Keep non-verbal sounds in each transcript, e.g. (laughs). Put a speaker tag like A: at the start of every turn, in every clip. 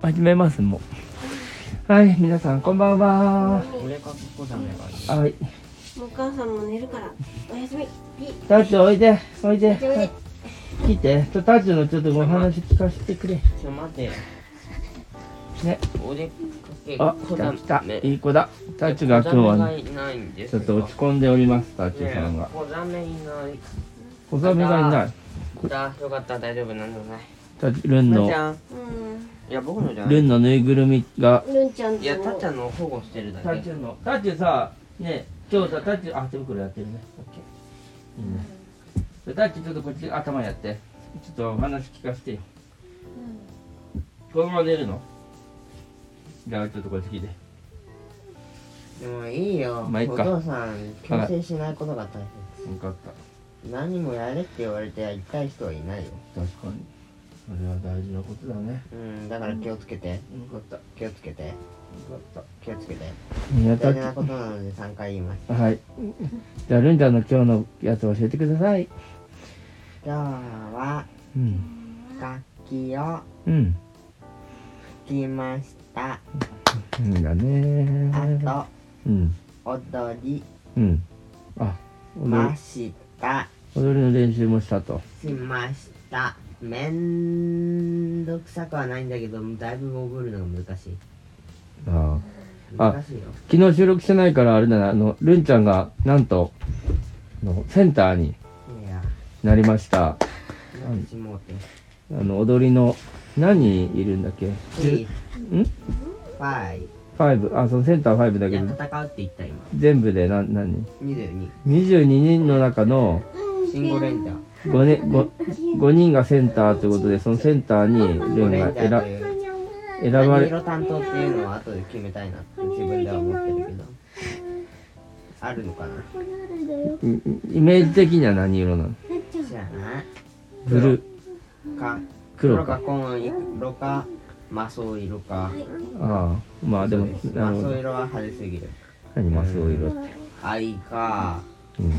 A: 始めますもうはい皆さんこんばんは
B: 俺かっこダメがいい
A: はい
C: もうお母さんも寝るからおやすみピッ
A: タッチおいでおいで
C: おいで
A: 来てちょタッチのちょっとお話聞かせてくれ
B: ちょ待って
A: ね
B: 俺かけっ
A: あ
B: こ
A: 来
B: ダ
A: た
B: メ
A: 来たいい子だタッチが今日はね
B: ねいないんです
A: ちょ
B: よ
A: っと落ち込んでおりますタッチさん
B: ね
A: が
B: えこだめいない
A: 小ザメがいない
B: だよかった大丈夫なんでもない
A: タッチルン
B: たっ
A: の
B: ちゃん
C: うん
B: いや僕のじゃな
A: ル
B: い
A: ンのぬいぐるみが
C: ルンちゃんと
B: いやたっちゃんの保護してるだ
A: タッチ
B: け
A: のタッチさね今日さタッチあ手袋やってるねオッケーいいねでタッチちょっとこっち頭やってちょっとお話聞かせてよこのまま寝るのじゃあちょっとこっち聞いて
B: もういいよ
A: まあいいか
B: お父さん強制しないことが大
A: 分かった
B: 切何もやれって言われてやりたい人はいないよ
A: 確かにそれは大事なことだね
B: うんだから気をつけて
A: 分かった
B: 気をつけて
A: 分かっ
B: 気をつけて
A: たいやタ
B: 大事な
A: ッ
B: ことなので3回言います
A: チはいじゃあルンちゃんの今日のやつ教えてください
B: 今日は
A: うん
B: 楽器を
A: うん
B: 吹きました
A: うんだね
B: あ
A: うん
B: と踊り
A: うんあ踊
B: ました
A: り踊りの練習もしたと
B: しましためんどくさくはないんだけどだいぶ覚えるのが難しい
A: あああ
B: 難しいよ
A: 昨日収録してないからあれだなあのルンちゃんがなんとあのセンターに
B: いや
A: なりました
B: 私もうて
A: あの踊りの何人いるんだっけ
B: 3
A: ん
B: 5
A: ?5 あそのセンター5だ
B: い
A: け
B: や
A: ど
B: 戦うって言った今
A: 全部で何何
B: 22
A: 22人の中の
B: シンゴレンジャー
A: 5, 人 5, 人がセンターということでそのセンターにル
B: ゴ
A: ン
B: レ
A: が
B: ンジャーと
A: 選
B: い
A: 選
B: う
A: ば
B: 何
A: れ
B: 色担当っていうのは後で決めたいなって自分では思ってるけどあるのかな
A: イメージ的には何色なの
B: 知らない
A: ブルー
B: か
A: 黒
B: 黒
A: か
B: か紺色かマソイ色か
A: ああまあでもな
B: マ
A: るほ
B: ソ
A: ど
B: イ色は派手すぎる
A: 何マスオ色って、
B: 愛か
A: うん、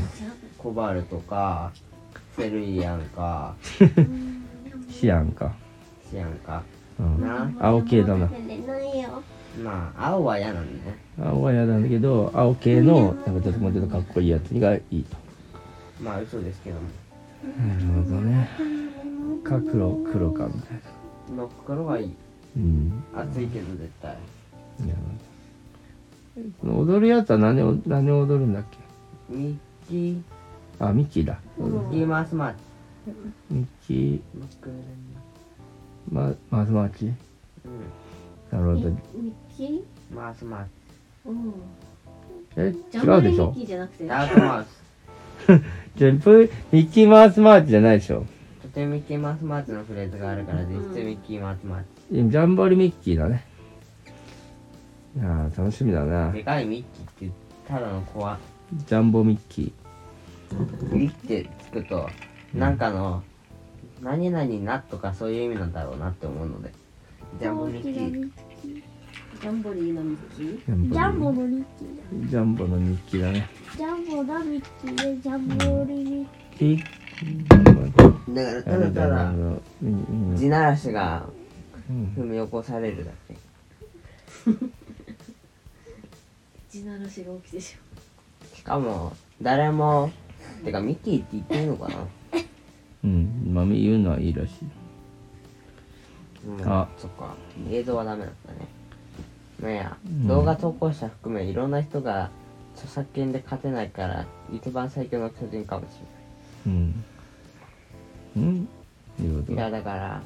B: コバルトかセルイアンか
A: シアンか、
B: シアンか
A: うん、
B: な
A: 青系だな
C: ないよ
B: まあ青は嫌なんだね
A: 青は嫌なんだけど青系のなんかちょっともうちょっとかっこいいやつがいいと
B: まあ嘘ですけども
A: なるほどねか黒黒かみたいな
B: の黒はいい
A: うん
B: 暑いけど絶対
A: いやその踊るやつは何を何を踊るんだっけ
B: ミッキー
A: あミキだ
B: ミッキーマウスマッチ
A: ミキ
B: マックル
A: ままずまち
B: う
A: なるほど
C: ミッキー
B: んマウスマッチ
C: うん
A: え
C: ジャ
A: 違う
C: ンボ
A: で
C: リ
A: し
C: ミッ
A: ょ
C: キーじゃなくて
B: ダークマウス
A: じゃプミッキーマウスマーチじゃないでしょ
B: とてミッキーマウスマッチのフレーズがあるから実質ミッキーマウスマッチ
A: ジャンボリミッキーだねいやー楽しみだな
B: でかいミッキーってただの子は
A: ジャンボミッキ
B: ミッキーってつくとなんかの何々なとかそういう意味なんだろうなって思うのでジャンボミッキー
C: ジャンボリーのミッキー
A: ージャン
D: ジャン
A: ボ
D: ボのリッキーだ。
A: リジャンボのミッキーだね
D: ジャンボのミッキーで、ジャンボリミッ
A: ピ
B: だから
A: あ
B: た
A: れ
B: だ
A: だ
B: た
A: な
B: だ
A: るうん
B: 地ならしが
A: うん
B: 踏み起こされるだけ
C: 地ならしが起きてし
B: しかも誰もてかミッキーって言っていいのかな
A: うんまあ言うのはいいらしい
B: うん
A: あ
B: そっか映像はダメなんだねまあいや、
A: ん
B: 動画投稿者含めいろんな人が著作権で勝てないから一番最強の巨人かもし
A: うんうんいうこと
B: れないいやだから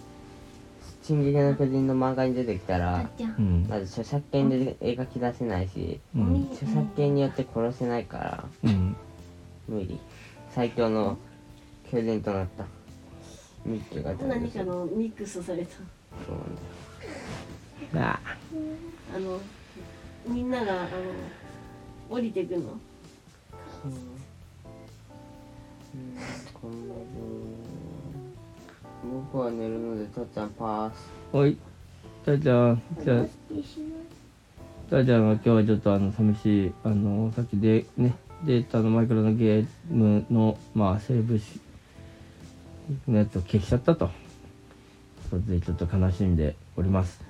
B: 「進撃の巨人」の漫画に出てきた
C: まう
B: ら
C: たっちゃん
A: うん
B: まず著作権で描き出せないし
A: うん
B: 著作権によって殺せないから
A: うん
B: 無理最強の巨人となったミッキーが誕生
C: 何
B: す
C: か
B: る
C: のミックスされた
B: そうなんだ
A: あ
C: あのみんながあの降りてく
B: う
C: の
B: んこんなもん僕は寝るのでたっちゃんパース
A: おいたーちゃんじゃあ
D: キーしない。
A: たーちゃんが今日はちょっとあの寂しいあのさっきでねデータのマイクロのゲームのまあセーブしのやつを消しちゃったとそれでちょっと悲しんでおります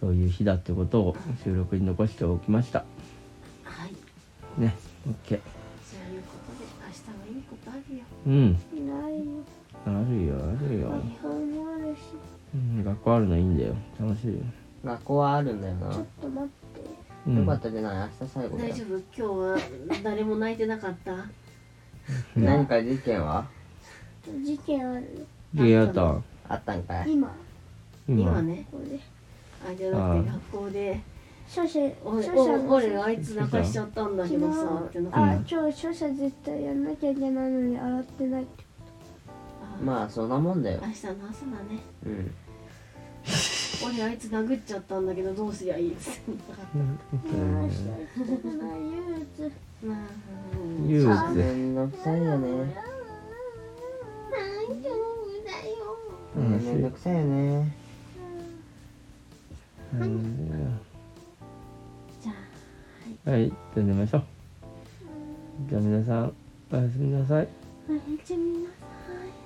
A: そういう日だってことを収録に残しておきました
C: はい
A: ね OK
C: そういうことで明日はいいことあるよ
A: うん
D: ないよ
A: あるよあるよ、
D: 学校もあるし
A: うん、学校あるのいいんだよ楽しいよ
B: 学校はあるんだよな
D: ちょっ
B: よ
D: と待って
A: うん
B: かったじゃない明日最後だ
C: 大
B: よ
C: 丈夫今日は誰も泣いてなかった
B: 何か事件は
D: 事件あるよ
A: でやった
B: あったんかい
D: 今
C: 今
A: 今
C: ね
D: ここで
C: あじゃなくて学校で
D: 書生
C: 「お
D: 書
C: い
D: 生
C: おい
D: の
C: 俺あいつ泣かしちゃったんだけ
D: 昨
C: どさ」って
D: 日
C: な
D: あ
C: かっ
D: 今日書生絶対やんなきゃいけないのに洗ってない
C: た
B: まあそんなもんだよ
C: 明日の朝だね
B: うん
C: 俺あいつ殴っちゃったんだけどどうすりゃいいっつ
B: (laughs)
C: って
D: 明日行きたくない憂鬱
C: まあうん
A: 憂鬱
B: めんどくさいよね
D: 大丈夫だよ
B: めんどくさいよね
A: うん
C: じゃあ
A: はいじゃあ寝ましょうじゃあ皆さんおやすみなさい
D: おやすみなさい